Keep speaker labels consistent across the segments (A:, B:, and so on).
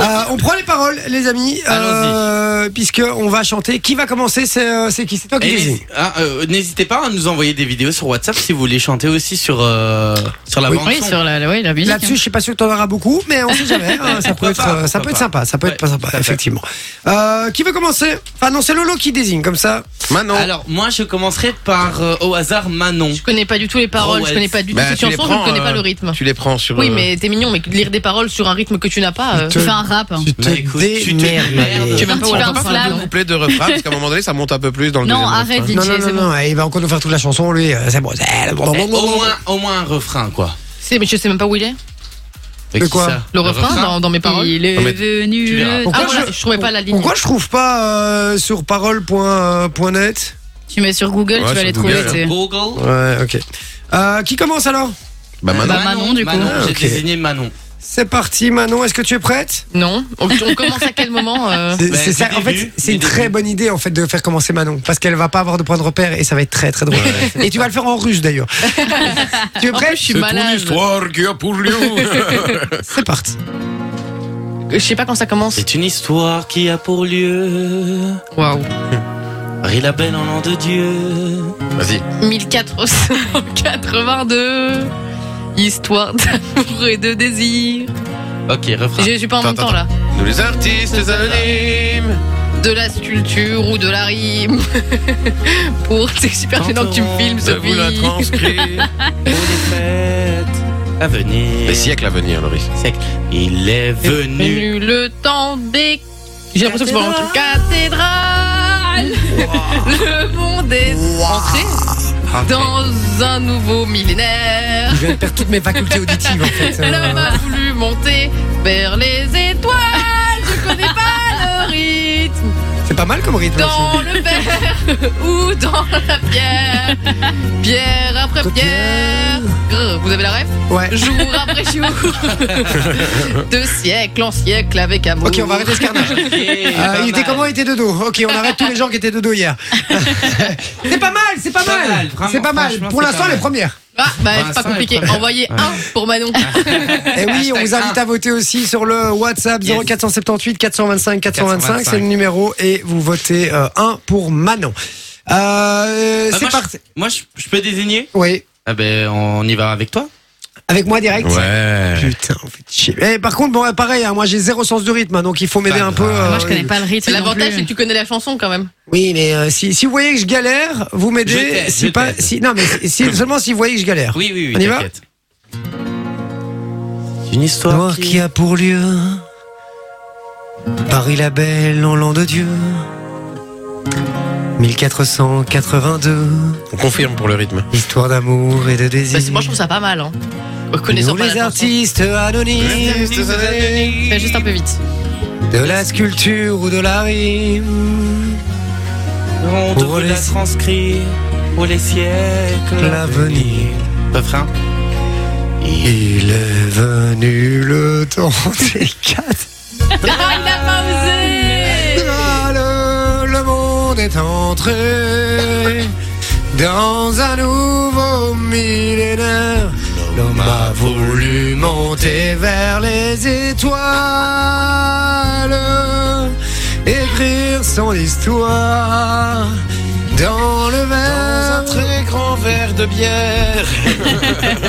A: Euh, on prend les paroles, les amis, euh, puisque on va chanter. Qui va commencer C'est euh, c'est qui C'est toi qui
B: Et
A: désigne.
B: ah, euh, n'hésitez pas à nous envoyer des vidéos sur WhatsApp si vous voulez chanter aussi sur, euh, sur la
A: Oui.
B: bande
C: Oui,
B: son.
C: sur la, la- oui, la musique. hein.
A: Là-dessus, je suis pas sûr que t'en auras beaucoup, mais on sait jamais. hein, ça peut
B: Pourquoi
A: être,
B: pas,
A: euh, ça peut
B: pourquoi
A: être sympa. Ça peut être
B: Ouais,
A: pas sympa,
B: tout à fait.
A: effectivement. Euh, qui veut commencer Ah non, c'est Lolo qui désigne comme ça.
D: Manon.
B: Alors, moi, je commencerai par euh, au hasard Manon.
C: Je connais pas du tout les paroles,
B: Oh, ouais.
C: je connais pas du tout
D: Bah,
C: cette
D: tu les
C: chanson, je
D: prends,
C: ne connais pas
D: euh,
C: le rythme.
D: Tu les prends sur.
C: Hein. Oui,
D: euh,
C: mais t'es mignon, mais lire des paroles sur un rythme que tu n'as pas. euh,
A: Tu
E: Tu fais un rap. hein.
A: Tu te
B: Bah, écoute, tu te
A: démerdes.
B: démerdes.
C: Tu sais même pas
E: Un petit
C: où
E: peu
C: la
D: On peut pas
C: chanson
D: faire
C: est.
E: Slam.
D: deux couplets de refrain parce qu'à un moment donné ça monte un peu plus dans le
E: Non,
D: deuxième
E: arrête,
D: refrain.
A: Non, non,
E: DJ,
A: non,
E: c'est bon.
A: non, il va encore nous faire toute la chanson, lui. euh, C'est bon. c'est bon, bon,
B: Eh,
A: bon,
B: au,
A: bon.
B: moins, au moins un refrain, quoi.
C: C'est- Mais je sais même pas où il est.
B: Et
A: De
B: qui
A: quoi
B: Bah, ça
C: Le refrain dans, dans mes paroles.
E: Il
D: Non, mais-
E: est venu
B: Tu verras.
E: le
C: Ah
A: Pourquoi
C: voilà, je... trouvais pas la ligne.
A: Pourquoi je trouve pas euh, sur euh, parole.net
E: Tu mets sur Google,
D: Ouais,
E: tu vas
D: sur
E: les
D: Google,
E: trouver.
D: hein.
E: tu sais.
B: Google.
A: Ouais, ok. Euh, qui commence alors
D: Bah Manon.
E: Bah, Manon, du coup.
A: Ah,
B: j'ai
A: ok.
B: désigné Manon.
A: C'est parti, Manon. Est-ce que tu es prête
C: Non. On, on commence à quel moment euh,
A: C'est-
B: Bah,
A: c'est
B: du
A: ça. En
B: début,
A: fait, c'est
B: du
A: une très
B: début.
A: bonne idée en fait de faire commencer Manon parce qu'elle va pas avoir de point de repère et ça va être très très drôle. Et tu vas le faire en russe d'ailleurs. tu es prêt
C: Je suis malade.
D: histoire qui a pour lieu.
A: C'est parti.
C: Je sais pas quand ça commence.
B: C'est une histoire qui a pour lieu.
C: Waouh.
B: Rie la belle en nom de Dieu.
D: Vas-y.
C: 1482. Histoire d'amour et de désir.
B: Ok, refrain.
C: Je je suis pas en même
D: Attends,
C: temps là.
D: Nous les artistes anonymes.
C: De la sculpture ou de la rime. Pour. C'est super gênant que tu me filmes,
D: Je Bah, vous la
C: Sophie.
D: transcrire.
B: Pour les fêtes à venir.
D: Les siècles à venir, Loris.
B: Siècle. Il est venu.
C: Venu le temps des. J'ai l'impression que je vois un truc. Cathédrale Le monde est entré dans un nouveau millénaire.
A: Je viens de perdre toutes mes facultés auditives en fait. Euh,
C: L'homme a voulu monter vers les étoiles. Je connais pas le rythme.
A: c'est pas mal comme rythme. aussi.
C: Dans le verre ou dans la pierre. Pierre après pierre. Grrr, Vous avez la ref
A: Ouais.
C: Jour après jour. De siècle en siècle avec amour.
A: Ok, on va arrêter ce carnage. Euh, il était
B: Bah,
A: comment Il était de dos. Ok, on arrête tous les gens qui étaient de dos hier. c'est pas mal, c'est pas
B: Pas
A: mal.
B: mal, vraiment,
A: C'est pas mal.
B: franchement,
A: Pour
B: c'est
A: l'instant,
B: pas
A: les
B: mal.
A: premières.
C: Ah, bah, c'est
B: Vincent
C: pas
B: est
C: compliqué.
B: premier.
C: Envoyez un pour Manon.
A: Et Eh oui, on vous
B: Hashtag
A: invite à voter aussi sur le WhatsApp
B: Yes.
A: 0478 425 425.
B: 425.
A: C'est le numéro et vous votez 1 pour Manon. Euh,
B: Bah,
A: c'est
B: moi,
A: parti.
B: je- Moi, je, je peux désigner
A: Oui,
B: Ah ben, on y va avec toi.
A: avec moi direct.
D: Ouais.
A: Putain, vous faites chier. Eh, par contre, bon, pareil, hein, moi j'ai zéro sens du rythme, hein, donc il faut m'aider
B: Pas
A: un peu.
B: grave.
A: euh,
E: Moi, je connais pas le rythme. non
C: L'avantage,
E: plus.
C: c'est que tu connais la chanson quand même.
A: Oui, mais euh, si, si vous voyez que je galère, vous
B: Je
A: m'aidez.
B: t'aide,
A: Si
B: je
A: pas,
B: t'aide.
A: si, non, mais si- si- seulement si vous voyez que je galère.
B: Oui, oui, oui.
A: On y va
B: t'inquiète. Une histoire
A: Noir qui a pour lieu Paris la belle en l'an de Dieu 1482
D: On confirme pour le rythme.
A: Histoire d'amour et de désir
C: Bah, c'est- moi, je trouve ça pas mal. Hein. Connaissant
A: Nous
C: pas la
A: les
C: chanson.
A: artistes anonymes
C: Fais juste un peu vite.
A: De la sculpture ou de la rime
B: On
A: Pour
B: devrait la
A: les-
B: transcrire pour les siècles à
A: L'avenir
B: Refrain.
A: Il est venu le temps des quatre
C: Ah, il a pas osé
A: Le, le monde est entré dans un nouveau millénaire. L'homme a voulu monter vers les étoiles, écrire son histoire dans le verre.
D: Très grand verre de bière.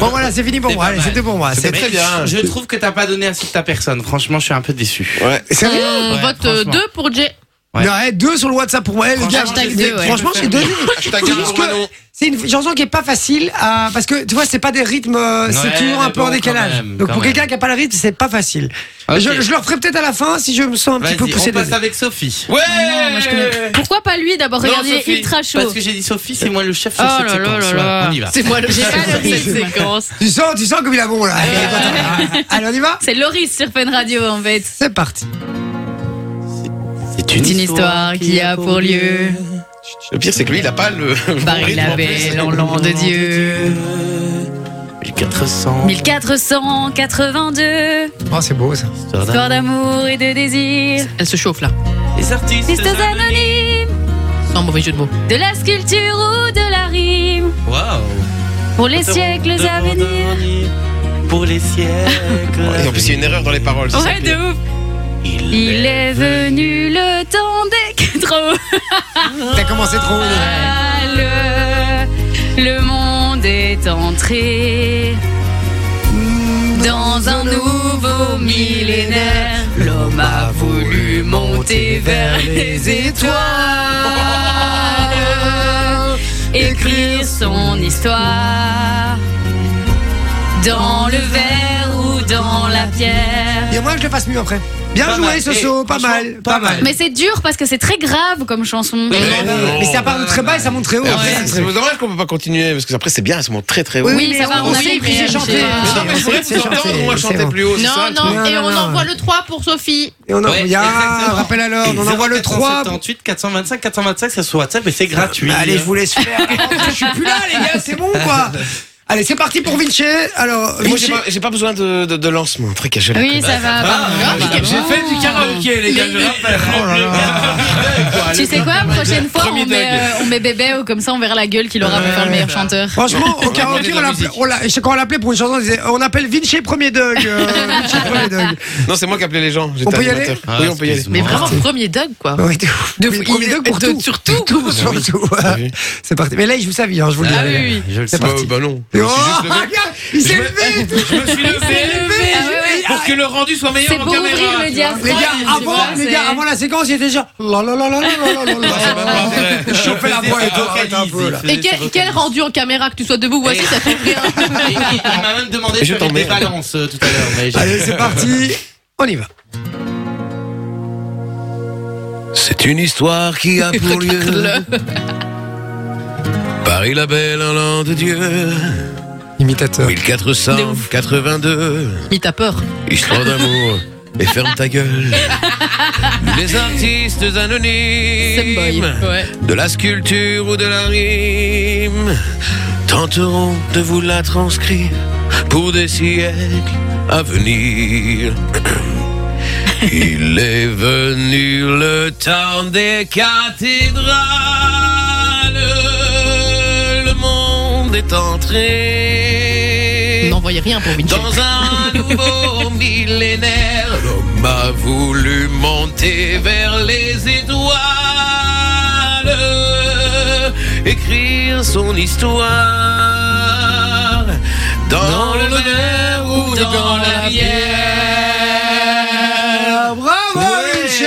A: Bon voilà, c'est fini pour
B: C'est
A: moi.
B: pas
A: Allez,
B: mal.
A: c'est tout pour moi. C'est
B: Mais
D: très bien.
B: Ah, Je trouve que t'as pas donné assez de ta personne. Franchement, je suis un peu déçu.
D: Ouais.
A: Sérieux
C: On
B: Ouais,
C: vote
B: franchement.
C: 2 pour Jay.
B: Ouais.
A: Non, eh, deux sur le WhatsApp pour moi. Eh, les
B: Franchement,
A: gars,
C: Hashtag
A: j'ai-
C: deux, ouais.
A: franchement, j'ai donné.
D: Hashtag
A: C'est
D: un
A: juste
D: pour
A: que-
D: Manon.
A: C'est une chanson qui est pas facile à... parce que tu vois c'est pas des rythmes euh, c'est
B: Ouais,
A: toujours un
B: mais
A: peu
B: bon,
A: en
B: quand
A: décalage.
B: même,
A: Donc
B: quand
A: pour
B: même.
A: quelqu'un qui a pas le rythme c'est pas facile.
B: Ok.
A: Je, je le referai peut-être à la fin si je me sens un petit
B: Vas-y,
A: peu poussé.
B: on passe
A: des-
B: avec Sophie.
D: Ouais.
E: Non, moi, je connais- Pourquoi pas lui d'abord
B: Non,
E: Regardez, il
B: Sophie,
E: est ultra chaud.
B: Parce que j'ai dit Sophie, c'est moi le chef
C: Oh
B: sur cette
C: là là
B: séquence. Ouais,
C: là là.
B: On y va.
C: C'est moi le
E: J'ai pas
C: chef
E: le
C: de cette
E: rythme.
C: séquence.
A: Tu sens tu sens comme il a bon là. Allez, attends, attends. Allez on y va.
E: C'est Loris sur Fun Radio en fait.
A: C'est parti.
B: C'est
C: une histoire qui a pour lieu.
D: Le pire, c'est que lui, il a pas le.
B: Bah,
C: Paris la belle en l'an de Dieu.
B: 1400.
E: 1482,
A: Oh c'est beau ça.
B: Histoire d'un-
E: histoire d'amour et de désir.
C: Elle se chauffe là.
B: Les artistes.
E: Pistes anonymes,
C: Sans mauvais jeu de mots.
E: de la sculpture ou de la rime.
B: Waouh.
E: Pour les siècles à venir.
B: Pour les siècles.
D: En plus, il y a une erreur dans les paroles. c'est ça
E: Ouais,
D: le pire.
E: de ouf. Il est venu le temps des quatre
A: T'as commencé trop.
E: Le, le monde est entré dans un nouveau millénaire. L'homme a voulu monter vers les étoiles, écrire son histoire dans le verre ou dans la pierre.
A: Et moi, que je le fasse mieux après. Bien
B: Pas
A: joué,
B: mal.
A: Soso.
B: Eh,
A: Pas mal.
B: franchement, pas mal.
E: Mais c'est dur parce que c'est très grave comme chanson.
A: Ouais, ouais, ouais. Mais ça part de très bas et ça monte très haut.
D: Et
A: après,
D: après,
A: c'est
D: C'est
A: très-
D: dommage qu'on peut pas continuer parce que après c'est bien, elles sont très très haut.
E: Oui, ça va, on a
A: sait
E: compris,
A: qui c'est
E: mais
A: chanté.
E: c'est-
D: Non, mais je voulais
A: Ah,
D: vous
A: C'est chanté,
D: entendre, on va
A: c'est
D: chanter
A: bon.
D: plus haut. c'est ça,
C: Non,
D: le
C: non,
A: Non,
C: et
A: non,
C: on
A: non.
C: envoie le 3 pour Sophie.
A: Et on envoie,
B: Ouais,
A: Ah,
B: exactement.
A: rappel à l'ordre, on envoie le 3.
B: 78 425 425, c'est sur WhatsApp et c'est gratuit.
A: Allez, je vous laisse faire. Je suis plus là, les gars, c'est bon, quoi. Allez, c'est parti pour Vinci. Alors,
D: truc. Moi j'ai
A: Vinci.
D: pas, j'ai pas besoin de, de, de lancement, truc à gérer.
E: Oui, ça va.
C: Ah, bah,
B: J'ai fait du karaoké, les gars, je le rappelle.
E: Tu sais quoi, prochaine fois, on met,
D: dog.
E: euh, on met bébé ou comme ça, on verra la gueule qu'il aura pour faire le
C: bah.
E: meilleur chanteur.
A: Franchement, au
D: demander
A: karaoké,
D: de
A: on
D: la
A: l'appelait- on l'a- je sais quand on l'appelait pour une chanson, on disait on appelle Vinci premier dog. euh, Vinci premier dog.
D: Non, c'est moi qui appelais les gens. j'étais
A: On peut y
D: animateur.
B: aller
D: Oui, on peut y aller.
C: Mais vraiment, premier Doug, quoi.
A: Ouais, de ouf.
C: De
A: Mais
C: fou.
A: premier
C: Il-
A: dog pour
C: de-
A: tout.
C: surtout.
A: Pour tout, surtout.
D: Ah oui.
A: C'est parti. Mais là, il joue sa vie, hein, je vous le dis.
C: Ah oui,
B: Je le sais
A: C'est
D: Bah,
B: pas.
A: parti.
D: bah non.
A: Oh,
D: Je me suis juste levé. Ah,
A: regarde, il s'est levé. tout.
B: Je me suis levé
E: Ah ouais, ouais.
B: pour que le rendu soit meilleur
E: C'est
B: en
E: pour
B: caméra.
E: ouvrir le diaphragme.
A: Les gars,
E: tu
A: avant,
E: vois,
A: les
E: c'est-
A: gars, avant la séquence, il était déjà. La la la la la la la la
D: Ah, c'est même
A: la.
D: pas vrai.
A: Je chopais la voix et tout, arrête un peu, là.
C: Ah Et quel, quel rendu en caméra, que tu sois debout ou assis, ça fait rien.
B: Il il m'a même demandé de
D: Je
B: faire des
D: t'emmerde.
B: balances euh, tout à l'heure. mais j'ai-
A: Allez, c'est parti. On y va.
F: C'est une histoire qui a pour lieu Paris la belle, un land de Dieu
A: Imitateur.
F: 1482
C: Mais t'as peur.
F: Histoire d'amour et ferme ta gueule Les artistes
C: C'est boy.
F: anonymes
C: Ouais.
F: De la sculpture ou de la rime Tenteront de vous la transcrire Pour des siècles à venir Il est venu le temps des cathédrales. Le monde est entré
C: N'envoyez rien pour Vinci.
F: dans un nouveau millénaire. L'homme a voulu monter vers les étoiles, écrire son histoire dans, le verre ou dans, la bière.
A: Ah, Bravo, Vinci.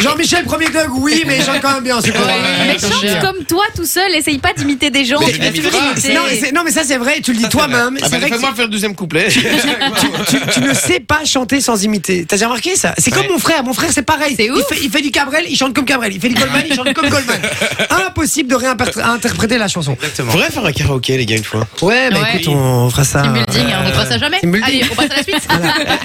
A: Jean-Michel, premier dog, oui, mais il chante quand même bien, c'est pas
C: Ouais,
A: vrai.
E: Mais chante comme toi tout seul, essaye pas d'imiter des gens.
D: Mais
E: tu
D: je
E: vas toujours
D: l'imiterai.
E: imiter.
A: Non, mais Ah, c'est- non, mais ça, c'est vrai, tu le dis
D: Ça, c'est
A: toi-même.
D: vrai. Ah,
A: C'est
D: bah,
A: vrai ben, que
D: Fais-moi faire le deuxième couplet.
A: tu, tu ne sais pas chanter sans imiter. T'as déjà remarqué ça C'est comme mon frère. Mon frère, c'est pareil.
C: C'est
A: Il
C: ouf.
A: fait, il fait du Cabrel, il chante comme Cabrel. Il fait du Goldman, il chante comme Goldman. Impossible de réinterpréter la chanson.
B: Exactement.
D: Faudrait faire un karaoké, les gars, une fois.
A: Ouais, bah
C: Ouais.
A: écoute, on fera ça.
C: Team building, hein, on ne fera ça jamais.
A: team building.
C: Allez, on passe à la suite.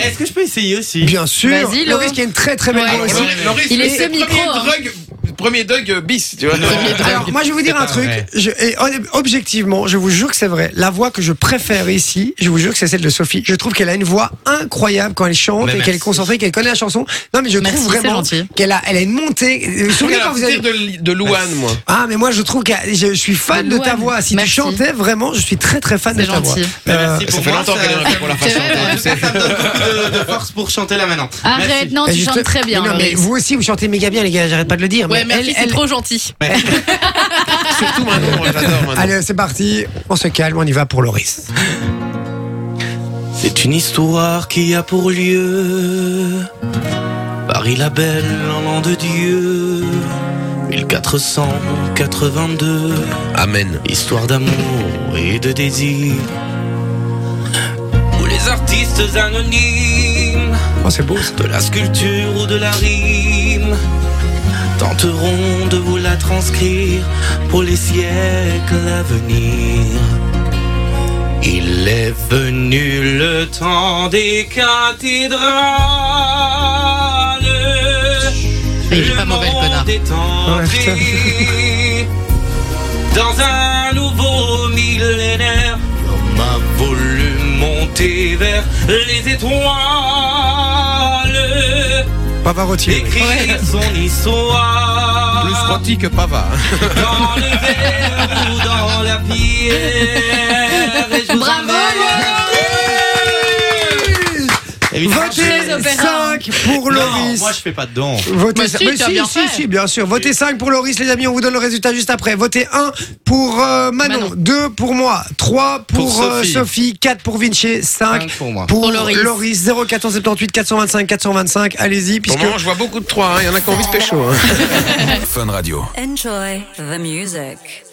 B: Est-ce que je peux essayer
D: Euh,
B: aussi
A: Bien sûr.
C: Vas-y, Lo.
A: Loris qui a une très très belle
D: Ah,
C: Ouais.
A: voix aussi.
E: Il est semi-pro,
D: Premier
E: hein.
D: drug- Premier dog euh, bis, tu vois.
A: Alors, moi, je vais vous dire un truc. Je- et hon- objectivement, je vous jure que c'est vrai. La voix que je préfère ici, je vous jure que c'est celle de Sophie. Je trouve qu'elle a une voix incroyable quand elle chante
B: Mais
A: et
B: merci.
A: qu'elle est concentrée, qu'elle connaît la chanson. Non, mais je
C: Merci,
A: trouve
C: c'est
A: vraiment
C: gentil.
A: qu'elle a, elle a une montée. Vous vous souvenez quand vous avez.
D: de, de Louane, moi.
A: Ah, mais moi, je trouve que je, je suis fan
C: La
A: de ta
C: Louane.
A: voix. Si
C: Merci.
A: tu chantais, vraiment, je suis très très fan de
C: C'est
A: ta voix.
C: gentil.
B: Mais
A: Euh,
B: Merci
D: Ça
B: pour
D: fait
B: moi.
D: longtemps qu'elle en
B: Ça
D: fait pour la
C: C'est
D: faire
C: vrai,
D: chanter,
C: ouais.
D: tu sais.
B: ça me donne beaucoup de- de force pour chanter là maintenant.
E: Arrête, non,
A: Et
E: tu
A: juste-
E: chantes très bien.
A: Mais non, mais
E: Loris.
A: vous aussi, vous chantez méga bien, les gars. J'arrête pas de le dire.
C: Ouais,
A: mais
C: merci, c'est
A: elle, elle...
C: trop gentil.
D: Surtout maintenant, moi, j'adore maintenant.
A: Allez, c'est parti. On se calme. On y va pour Loris.
B: C'est une histoire qui a pour lieu Paris la belle en l'an de Dieu 1482
F: Amen.
B: Histoire d'amour et de désir Où les artistes anonymes
A: Oh, c'est beau. ça.
B: De la sculpture ou de la rime Tenteront de vous la transcrire Pour les siècles à venir Il est venu le temps des cathédrales
C: Et il est pas mauvais, le connard.
B: monde est entré Dans un nouveau millénaire L'homme a voulu monter vers les étoiles
A: Pavarotti. oui.
B: Écrire son histoire
D: Plus rôti que pava.
B: Dans le verre ou dans la pierre Et je vous
E: Bravo,
B: emmène-
A: Votez,
B: Évidemment, je-
C: l'opéra.
A: 5 pour
B: Non,
A: Loris.
B: moi je fais pas dedans.
A: Votez
C: Bah
A: ça-
C: si,
A: mais
C: t'as
A: si,
C: bien
A: si,
C: fait.
A: si, bien sûr. Votez 5 pour Loris, les amis. On vous donne le résultat juste après. Votez 1 pour euh, Manon,
C: Manon.
A: 2 pour moi, 3 pour,
B: Pour
A: euh,
B: Sophie.
A: 4 pour Vinci, 5
B: Cinq pour moi.
A: pour,
C: Pour
A: Loris.
C: Loris.
A: 0478 425 425. Allez-y,
D: Pour
A: puisque.
D: le moment, je vois beaucoup de 3. Il y en a qui ont envie de pécho. hein.
G: Enjoy the music.